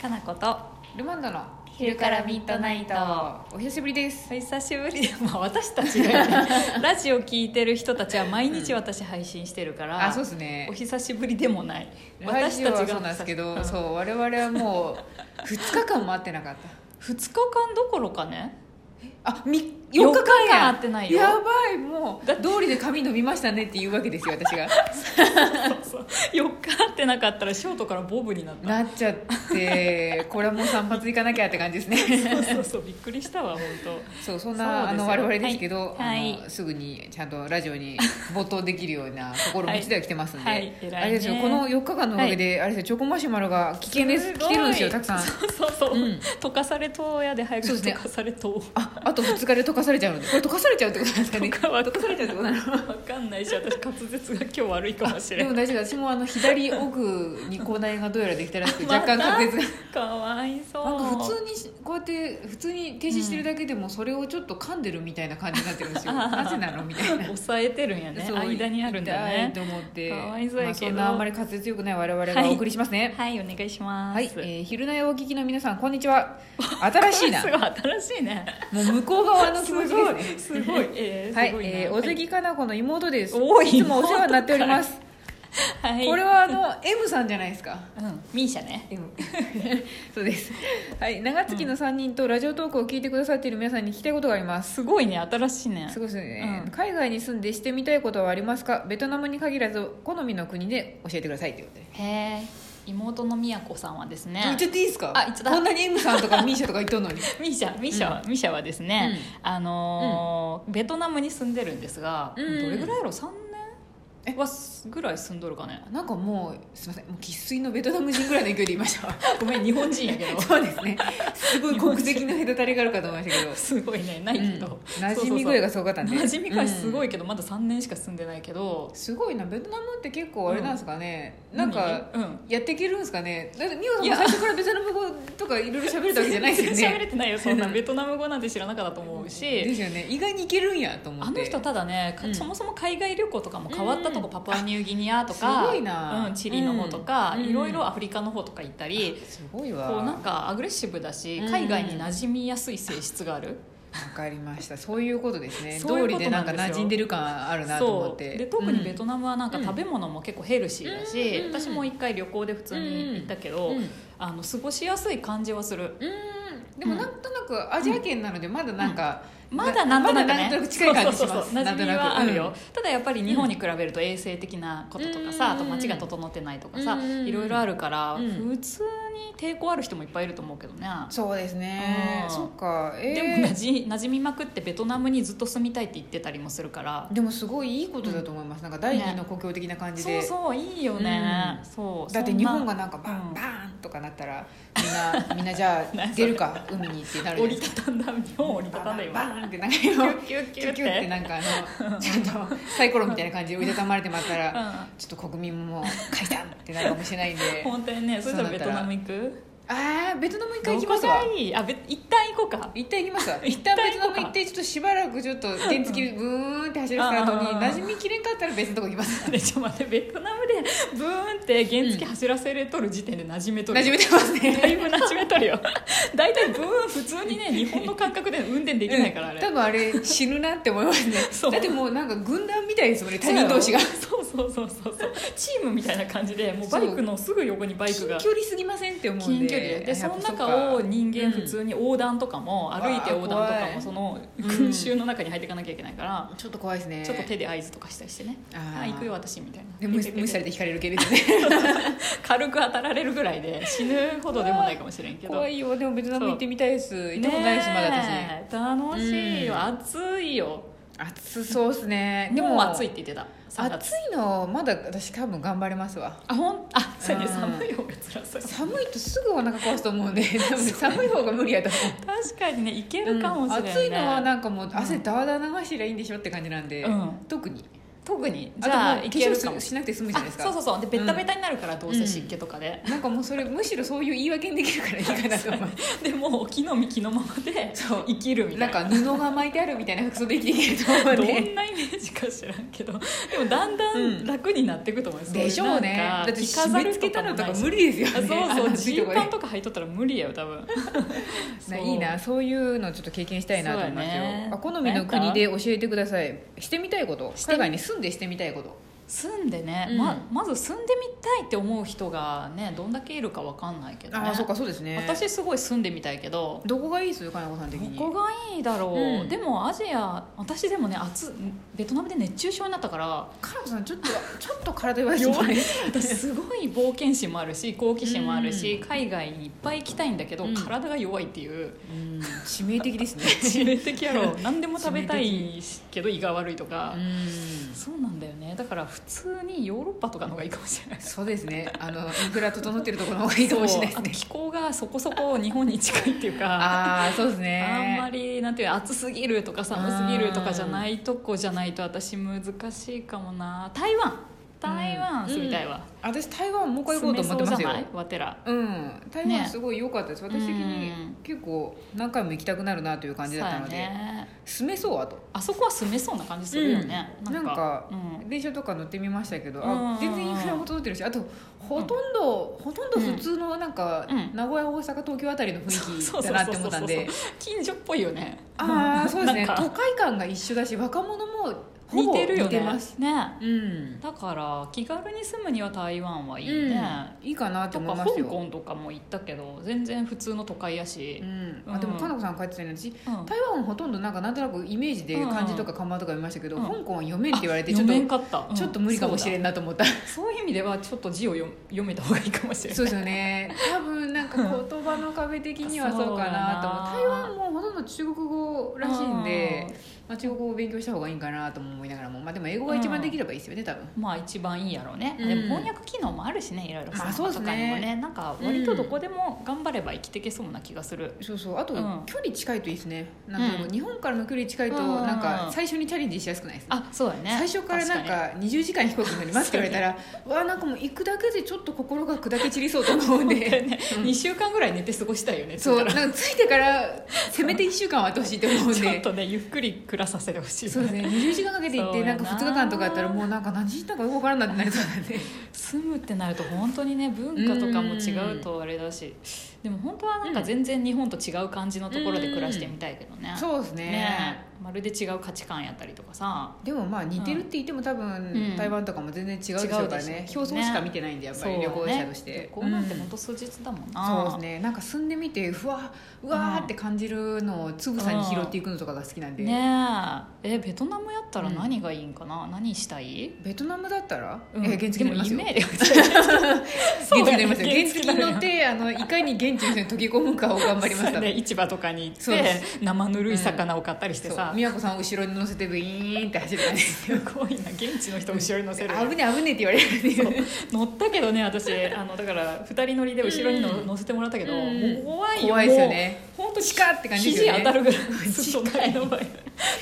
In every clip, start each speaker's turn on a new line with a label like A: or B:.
A: かなこと
B: ルマンドの
A: 昼からミッドナイト
B: お久しぶりです
A: お久しぶり まあ私たちが、ね、 ラジオ聞いてる人たちは毎日私配信してるから、
B: あそうですね
A: お久しぶりでもない
B: ラジオはそうなんですけど、
A: うん
B: そう我々はもう2日間も会ってなかった
A: 2日間どころか ね
B: あみ4
A: 四
B: 日
A: 日
B: 間
A: 間
B: や
A: や会ってないよ
B: やばいもう通りで髪伸びましたねって言うわけですよ私が
A: 4日会ってなかったらショートからボブになった
B: なっち ゃってこれはもう散髪行かなきゃって感じですね
A: そうそうそうびっくりしたわ本当
B: そうそん
A: そ
B: なあ
A: うです
B: の
A: よ
B: 我々ですけど、
A: はいはい
B: あのすぐにちゃんとラジ オに没頭できるような心持ちでは来てますんで、
A: はいはい偉いね
B: あれですよこの4日間のおかげで、あれですよチョコマシュマロが危険です
A: すごい
B: 来てるんですよたくさん
A: そうそうそう、
B: うん
A: 溶かされとうやで早く
B: そうですね
A: 溶かされとう
B: ああと2日で溶かされちゃうのでこれ溶かされちゃうってことなんですかね
A: と かわか
B: 溶かされちゃうってことな の
A: わかんないし私滑舌が今日悪いかもしれ
B: で
A: な
B: も
A: い
B: 大丈夫私もあの左奥に口内炎がどうやらできたらしく若 干
A: また
B: 滑舌が
A: かわいそう
B: なんか普通にしこうやって普通に停止してるだけでもそれをちょっと噛んでるみたいな感じになってる んですよなぜなのみたいな
A: 抑えてるんやね
B: そう
A: 間にあるんだ
B: 痛い
A: ね
B: と思って
A: かわいそうやけど
B: まあ、そんなあんまり滑舌よくない我々がお送りしますね
A: はいお願いします
B: はい、えー昼寝をお聞きの皆さんこんにちは新し いな
A: すごい新しいね
B: もう向こう側の気持
A: す
B: ちです
A: ごい
B: ね
A: すごいえー
B: は
A: す
B: い
A: ご、いな
B: えー、小関かな子の妹です
A: おー
B: いつもお世話になっております
A: はい
B: これはあの M さんじゃないですか
A: うんミーシャね
B: そうですはい長月の3人とラジオトークを聞いてくださっている皆さんに聞きたいことがあります
A: すごいね新しいね
B: すごいですね、
A: うん
B: 海外に住んでしてみたいことはありますかベトナムに限らず好みの国で教えてくださいってことで、
A: へえ妹のみやこさんはですね
B: 言っちゃっていいですか
A: あ言っちゃった
B: こんなに M さんとかミーシャとか言っとんの に
A: ミシャミシャは、ミシャはですね、あのーベトナムに住んでるんですが、
B: うん
A: どれぐらいやろ3
B: え
A: 年はすぐらい住んどるかね
B: なんかもうすいませんもう生粋のベトナム人ぐらいの勢いで言いましたわ
A: ごめん日本人やけ ど
B: そうですねすごい国籍の隔たりがあるかと思いましたけど
A: すごいねないけど、
B: うん馴染み声がすごかったんで
A: 馴染み声すご
B: い、
A: いけど、まだ3年しか住んでないけど
B: すごいなベトナムって結構あれなんですかね、なんか
A: 何うん
B: やっていけるんですかねだって美穂さん
A: い
B: も
A: や
B: 最初からベトナム語とかいろいろ喋れたわけじゃないですよ
A: 喋れ
B: ね
A: てない よそんなベトナム語なんて知らなかったと思う
B: で
A: し
B: すよね意外にいけるんやと思って
A: あの人ただね、か
B: うん
A: そもそも海外旅行とかも変わったとこ、
B: うん
A: パプアニューギニアとか
B: あすごいな
A: うん、チリの方とか、
B: うん
A: いろいろアフリカの方とか行ったり、
B: すごいわ
A: こうなんかアグレッシブだし
B: うん
A: 海外に馴染みやすい性質がある、
B: わかりましたそういうことですね
A: そういうこ
B: 通
A: と
B: りでなんか馴染んでる感あるなと思
A: そ
B: っ
A: う
B: て
A: で特にベト
B: ナ
A: ナムはなんか
B: うん
A: 食べ物も結構ヘルシーだし、
B: うん
A: 私も一回旅行で普通に行ったけど、
B: うんうん
A: あの過ごしやすい感じはする
B: うんでもなんとなくアジア圏なのでまだなんか、
A: まだなんとなく
B: まだ
A: ね、
B: なんとなく近い感じ
A: そ
B: します
A: うそうそう馴染みはあるよ、ただやっぱり日本に比べると衛生的なこととかさ、
B: うん
A: あと街が整ってないとかさ、
B: うん
A: いろいろあるから、
B: うん
A: 普通に抵抗ある人もいっぱいいると思うけどね、
B: そうですね
A: うん
B: そっかえー
A: でもなじ馴染みまくってベトナムにずっと住みたいって言ってたりもするから
B: でもすごいいいことだと思います、なんか第二の故郷的な感じで、
A: そうそういいよね、
B: うん
A: そう
B: だって
A: そん
B: 日
A: な
B: 本がなんかバ
A: う
B: ン
A: ん
B: バーンとかなったらみんなみんなじゃあ
A: 何それ
B: 出るか海にってなるじゃ
A: 折
B: ない
A: り
B: です
A: たた
B: か
A: んだ日本折りたたんだ
B: バーン
A: 今
B: バーンってなんか今
A: キュッキ
B: キ
A: ュッキュッって
B: ュッキュッってなんかあのちゃんとサイコロみたいな感じで折りたたまれてまったら、
A: うん
B: ちょっと国民も解散ってなるかもしれないん で
A: 本当にねそしたらベトナム行く
B: ああベトナム一
A: 一
B: 回行きますわ
A: いいあべ一旦行こうか
B: 一旦行きますわ
A: 一
B: 一
A: 旦
B: 旦
A: 行こうか
B: ベトナム行ってちょっとしばらくちょっと原付ブーンって走らせた後に
A: うん
B: 馴染みきれんかったら別のとこ行きます
A: でちょっと待ってベトナムでブーンって原付走らせれとる時点で馴染めとる、
B: 馴染めてます
A: だい
B: ね
A: ぶ馴染めとるよ大体ブーン普通にね日本の感覚で運転できないからあれ、
B: 多分あれ死ぬなって思いますね
A: そう
B: だってもうなんか軍団みたいですもんね他人同士が
A: そうそうそうそうそうチームみたいな感じでもうバイクのすぐ横にバイク
B: 近
A: が
B: 距離すぎませんって思うん
A: 近
B: で
A: 距離で
B: や
A: その
B: っぱっか
A: 中を人間普通に横断とかも
B: ん
A: 歩いて横断と
B: わあ
A: か
B: 怖
A: も
B: い
A: その
B: うん
A: 群衆の中に入っていかなきゃいけないから、
B: ちょっと怖いですね
A: ちょっと手で合図とかしたりしてね
B: あー
A: あ行くよ私みたいな
B: で無視無視されて引かれる系ですね
A: 軽く当たられるぐらいで死ぬほどでもないかもしれんけど
B: 怖いよでもベトナム行ってみたいです行ったことないですまだ私
A: ねえ楽しいよ、
B: うん
A: 暑いよ
B: 暑そうですね
A: で
B: で
A: も
B: も
A: 暑いって言ってた3
B: 暑
A: 月
B: いのまだ私多分頑張れますわ
A: あほんあそうやね
B: うん
A: 寒い方が辛そう
B: 寒いとすぐお腹壊すと思うんで 多分寒い方が無理やと思う
A: 確かにねいけるかもしれない、ね
B: 暑いのは
A: な
B: なんかもう汗だわだ流してりゃいいんでしょって感じなんで、
A: うん
B: 特に
A: 特に
B: あ
A: じ
B: と
A: ゃあ
B: も
A: い
B: う化
A: ける
B: 粧
A: かも
B: ししなくて済むじゃ
A: あ
B: ないですか
A: そうそうそうでベッタベタになるからどうせ湿気とかで、
B: なんかもうそれむしろそういう言い訳にできるからいいかなと思い ます
A: でもう木の実木のままで
B: そう
A: 生きるみた
B: ないん
A: な
B: か布が巻いてあるみたいな服装で生きていけると思
A: ど
B: う
A: な
B: んね
A: イメージか知らんけどでもだんだ
B: うん
A: ん楽になっていくと思います、
B: でしょうね
A: なんか
B: だって
A: 着
B: 締
A: 飾
B: め
A: る
B: 付けたのと
A: も
B: か
A: ないし
B: 無理ですよ
A: あ
B: ね
A: そうそうジーパン
B: と
A: とか履いとったら無理やよ多 分そう
B: いいなそういうのちょっと経験したいなと思います
A: そう
B: よ、
A: だね
B: あ好みの国で教えてくださいしてみたいこと
A: してみ
B: 海外に住んでしてみたいこと
A: 住んでね、
B: うん
A: ままず住んでみたいって思う人がねどんだけいるかわかんないけど、ね、
B: ああそうかそうですね
A: 私すごい住んでみたいけど
B: どこがいいですかなこさん的に
A: どこがいいだろう、
B: うん
A: でもアジア私でもね暑ベトナムで熱中症になった から
B: かなこさんちょっとちょっと体弱いですね
A: 私すごい冒険心もあるし好奇心もあるし、海外にいっぱい行きたいんだけど、
B: うん
A: 体が弱いっていう
B: うん致命 的ですね
A: 致命的やろ何でも食べたいけど胃が悪いとか、
B: うん
A: そうなんだよねだから普通にヨーロッパとかの方がいいかもしれない
B: そうですねあのインフラ整ってるところの方がいいかもしれない
A: そうあと
B: ですね
A: 気候がそこそこ日本に近いっていうか
B: ああそうです
A: あんま
B: ね
A: りなんていうの暑すぎるとか寒すぎるとかじゃないとこじゃないと私難しいかもな台湾台湾住みたいわ、
B: 私台湾もう一回行こうと思ってま
A: 住め
B: すよ
A: そうじゃないわてら
B: うん台湾すごい良かったです、私的
A: うん
B: に結構何回も行きたくなるなという感じだったので、
A: そうやね
B: 住めそうあと
A: あそこは住めそうな感じするよね、
B: うん
A: なんか
B: なんか
A: うん
B: 電車とか乗ってみましたけど、
A: うんうんう
B: あ
A: ん
B: 全然インフラも整ってるしあとほとんど、ほとんど普通のなんか、
A: うん
B: 名古屋大阪東京あたりの雰囲気だなって思ったんで
A: そう近所っぽいよね
B: ああそうですね
A: なんか
B: 都会感が一緒だし若者もほ
A: 似
B: ぼ
A: てるよ
B: 似
A: ね
B: てます
A: ね
B: うん
A: だから気軽に住むには台湾はいいね、
B: うん、いいかなって
A: と
B: 思
A: か
B: い
A: 香
B: ますよ
A: 港とかも行ったけど全然普通の都会やし
B: う、ん、あでもかなこさん帰ってたように私
A: うん
B: 台湾はほとんどなんかなんとなくイメージで漢字とか看板とか見ましたけど、
A: うん
B: 香港は読めんって言われてちょっ
A: 読
B: と、
A: めんかった、うん
B: ちょっと無理かもしれんなと思った、
A: そうだそういう意味ではちょっと字を読読めた方がいいかもしれない
B: そうですよね多分なんか言葉の壁的にはそうかなと思
A: そうう
B: 台
A: だな
B: 湾もほとんど中国語らしいんで、まあ、中国語を勉強した方がいいんかなとも思いながらも、まあ、でも英語が一番できればいいですよね多分。
A: うんまあ一番いいやろうね、
B: うん
A: でも翻訳機能もあるしねいろいろ
B: まあ
A: スマホ
B: そ
A: と
B: う
A: か
B: です
A: に
B: ね
A: もねなんか割とどこでも頑張れば生きていけそうな気がする、
B: そうそうあと、
A: うん
B: 距離近いといいですねなんかこう
A: うん
B: 日本からの距離近いと
A: うんうんうん
B: なんか最初にチャレンジしやすくないですか、
A: あそうだよね
B: 最初からなん
A: 確に
B: か20時間飛行機に乗りますって言われたらわあなんかもう行くだけでちょっと心が砕け散りそうと思 うんで
A: ね
B: うん
A: 2週間ぐらい寝て過ごしたいよね
B: そう
A: だか
B: なんかついてからせめて1週間はあってほしいと思う
A: ら
B: ん
A: ちょっ
B: で
A: とねゆっくり暮らさせてほしいよ
B: そうですね20時間かけて行っ
A: そ
B: て
A: う
B: な
A: や
B: ん
A: な
B: か2日間とかやったらもうなんか何時に行ったかよくわからんなってなりそうな んで
A: 住むってなると本当にね文化とかも違うとあれだしでも本当はなんか全然日本と違う感じのところで暮らしてみたいけどね
B: そうですね
A: ねまるで違う価値観やったりとかさ
B: でもまあ似てるって言っても多分
A: ん
B: 台湾とかも全然違うでしょうから
A: 違う
B: ね
A: でしょうね
B: 表層しか見てないんでやっぱり旅行者として、
A: こうね旅行なんて
B: うん
A: 本当数日だもんな
B: そうですねなんか住んでみてふわうわーって感じるのをつぶさに拾っていくのとかが好きなんで、
A: ねええベトナムやったら何がいいんかな何したい
B: ベトナムだったら、
A: うん
B: え原付に乗りますよ
A: でもイ
B: 原
A: メージ
B: 付
A: そう
B: に乗りますよ
A: だね
B: 原付に 乗ってあのいかに現地の人に溶け込むかを頑張りました
A: ね、市場とかに行
B: そう
A: って
B: で
A: 生ぬるい魚を買ったりしてさ、
B: 美和子さんを後ろに乗せてブイーンって走る 感じですよ
A: すごいな現地の人後ろに乗せる
B: 危ね危ねって言われるっていう
A: 乗ったけどね私あのだから2人乗りで後ろにの乗せてもらったけど、
B: うん
A: もう怖いよ
B: 怖いですよね
A: もう本当
B: チカって感じです
A: 肘
B: よね
A: 当たるぐらい 隣のバイク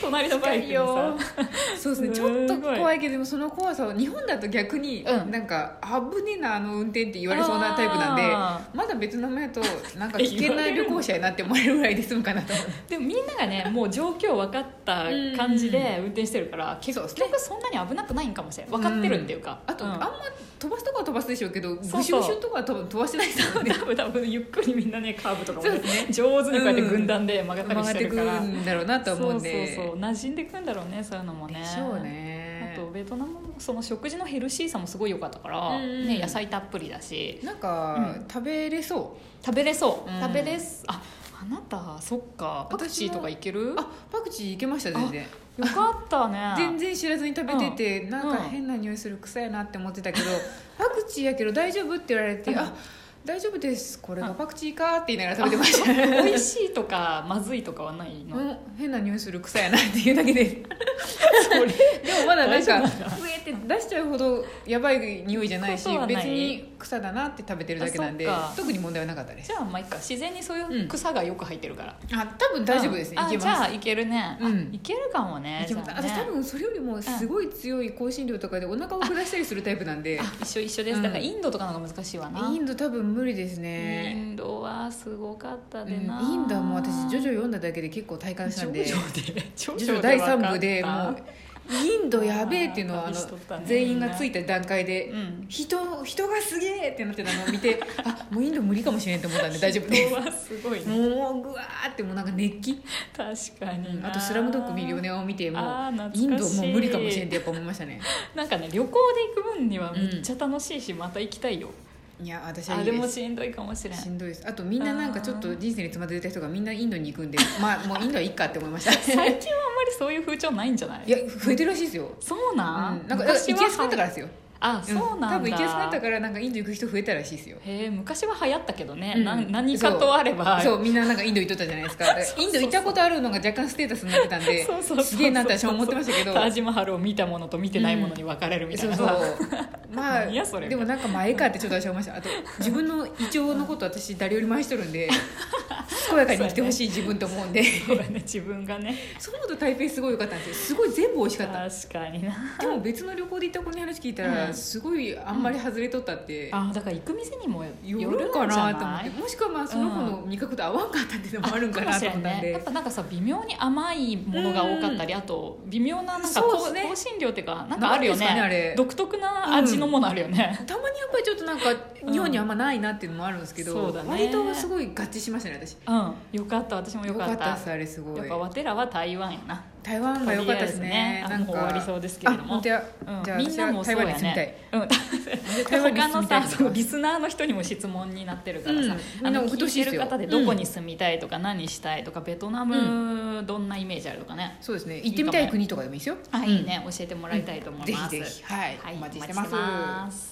A: 隣のバイクにさ
B: そうですねち
A: す
B: ょ
A: ご
B: っ
A: い
B: と怖いけどでもその怖さを日本だと逆に、
A: うん
B: なんか危ねえなあの運転って言われそうなタイプなんで
A: あ
B: まだ別の目となんか危険な旅行者やなって思えるぐらいで済む かなと思う
A: でもみんながねもう状況分かった感じで運転してるから、結
B: そう
A: 局
B: です
A: そ
B: ね
A: んなに危なくないんかもしれない分かってるっていうか、
B: あと、
A: うん
B: あんま飛ばすとこは飛ばすでしょうけどブシ
A: そ
B: ュ
A: うそう
B: ブシュとかは多分飛ばしてないですよね
A: 多分多分ゆっくりみんなねカーブとかも、
B: そ
A: ね
B: うですね
A: 上手にこうやって軍団で曲がった
B: 曲
A: りし
B: がってて
A: る
B: く
A: から、
B: るんだろうなと思うんで
A: そうそうそう馴染んでくんだろうねそういうのもね
B: でしょう
A: あ
B: ね
A: とベトナムもその食事のヘルシーさもすごい良かったから、
B: うんうん
A: ね、野菜たっぷりだし
B: なんか、
A: うん
B: 食べれそう
A: 食べれそう、
B: うん
A: 食べれすああなたそっかパクチーとかいける
B: あパクチーいけました全然
A: よかったね
B: 全然知らずに食べてて、なんか
A: うん
B: 変な匂いする臭いなって思ってたけど、パクチーやけど大丈夫って言われて、
A: うん
B: あ大丈夫ですこれがパクチーかって言いながら食べてました、
A: 美味しいとかまずいとかはないの、
B: うん、変な匂いする臭いなっていうだけででもまだなん
A: 大丈夫
B: か増えて出しちゃうほどやばい匂いじゃないし
A: そうそうはない
B: 別に草だなって食べてるだけなんで
A: あそっか
B: 特に問題はなかったです
A: じゃあまあいいか自然にそういう草がよく入ってるから、
B: あ多分大丈夫ですね
A: あ
B: いけ
A: じゃ
B: ま
A: あいけるね、あ
B: うん
A: いけるかもね
B: すいけます
A: じゃあね
B: 私多分それよりもすごい強い香辛料とかでお腹を下したりするタイプなんで
A: あ一緒一緒で
B: う
A: す
B: ん
A: だからインドとかの方が難しいわな、
B: インド多分無理です
A: イ
B: ね
A: ンドはすごかった
B: うん
A: で
B: イ
A: な、
B: ンドはもう私ジョジョ読んだだけで結構体感したんで
A: ジョジョで
B: ジョジョ第
A: 三
B: 3部でもうインドやべえっていうのはあ
A: 旅しとったね
B: の全員がついた段階で
A: うん
B: 人人がすげえってなってたのを見 てあもうインド無理かもしれんと思ったんで大丈夫で
A: 人はすごい
B: す
A: ね
B: もうぐわーってもうなんか熱気
A: 確かにな
B: あと「スラムドッグミリオネア」を見ても
A: あー
B: イン
A: 懐か
B: ド
A: しい
B: もう無理かもしれんってやっぱ思いましたね
A: なんかね旅行で行く分にはめっちゃ楽しいし、また行きたいよ
B: いや私
A: あ
B: はいい
A: れ
B: で
A: も
B: す
A: しんどいかもしれん
B: しんどいですあとみんななんかちょっと人生につまずいた人がみんなインドに行くんでまあもうインドはいいかって思いました
A: 最近はあんまりそういう風潮ないんじゃない
B: いや増えてるらしいですよ、
A: そう
B: うん、
A: な、
B: なんんかだから
A: 昔
B: 行
A: は
B: きやすくなったからですよ
A: あそうなんだ、
B: 多分行きやすくなったからなんかインド行く人増えたらしいですよ
A: へえ昔は流行ったけどね、
B: うん
A: な何かとあれば
B: そうみんななんかインド行っとったじゃないです かだから
A: そうそう
B: インド行ったことあるのが若干ステータスになってたん で
A: そうそうそう
B: すげえなって私は思ってましたけど
A: タージマハルを見たものと見てないものに分かれるみたい
B: そう
A: な
B: そ
A: さ、
B: うまあ
A: 何やそれ
B: でもなんか前かってちょっと私は思いましたあと自分の胃腸のこと私誰よりも愛しとるん で健やかに生きてほしい自分と思うんで
A: そうだね自分がね
B: そう思うと台北すごい良かったんですよすごい全部美味しかった
A: 確かにな
B: でも別の旅行で行った子に話聞いた
A: う
B: ら
A: ん
B: すごいあんまり外れとったって、
A: あだから行く店にもよ
B: よ
A: る
B: る
A: ん
B: か
A: じゃ
B: なと思
A: な
B: っ
A: い
B: てもしくはまあその子の味覚と合わんかったっていうのもあるんかなと思ったん
A: ね
B: で、
A: やっぱなんかさ微妙に甘いものが多かったりあと微妙ななんか
B: そう
A: 香,、
B: ですね
A: 香辛料っていうかなんかあるよね
B: なんですかねあれ
A: 独特な味のものあるよね、
B: たまにやっぱりちょっとなんか日本にあんまないなっていうのもあるんですけど、
A: そうだね
B: 割とすごい合致しましたね私
A: うんよかった私もよ
B: よ
A: か
B: か
A: っ
B: ったたですあれすごい
A: やっぱわてらは台湾やな
B: 台湾が良かったですね
A: とりあえずね
B: なん
A: あも
B: か
A: う終わりそうですけれども
B: あ本当や、
A: うん
B: じゃあ
A: みんなも
B: 私
A: そ
B: は
A: う
B: 台湾
A: や
B: に住みたい、
A: ね。うん、
B: 台湾に
A: 他
B: 住
A: の
B: みたい
A: さ
B: な
A: そうリスナーの人にも質問になってるからさ、
B: うんみんな
A: あの
B: 送って
A: 聞
B: ほ
A: い
B: し
A: て
B: いです
A: る
B: よ
A: 方でどこに住みたいとか何したいとかベトナムどんなイメージあるとかね、
B: そうですね行ってみた
A: いいかも
B: い国とかでもいいですよ
A: あいいね教えてもらいたいと思います、
B: ぜひぜひはい、
A: はい、
B: お
A: お
B: 待
A: 待ち
B: ちし
A: してて
B: ま
A: ま
B: す
A: す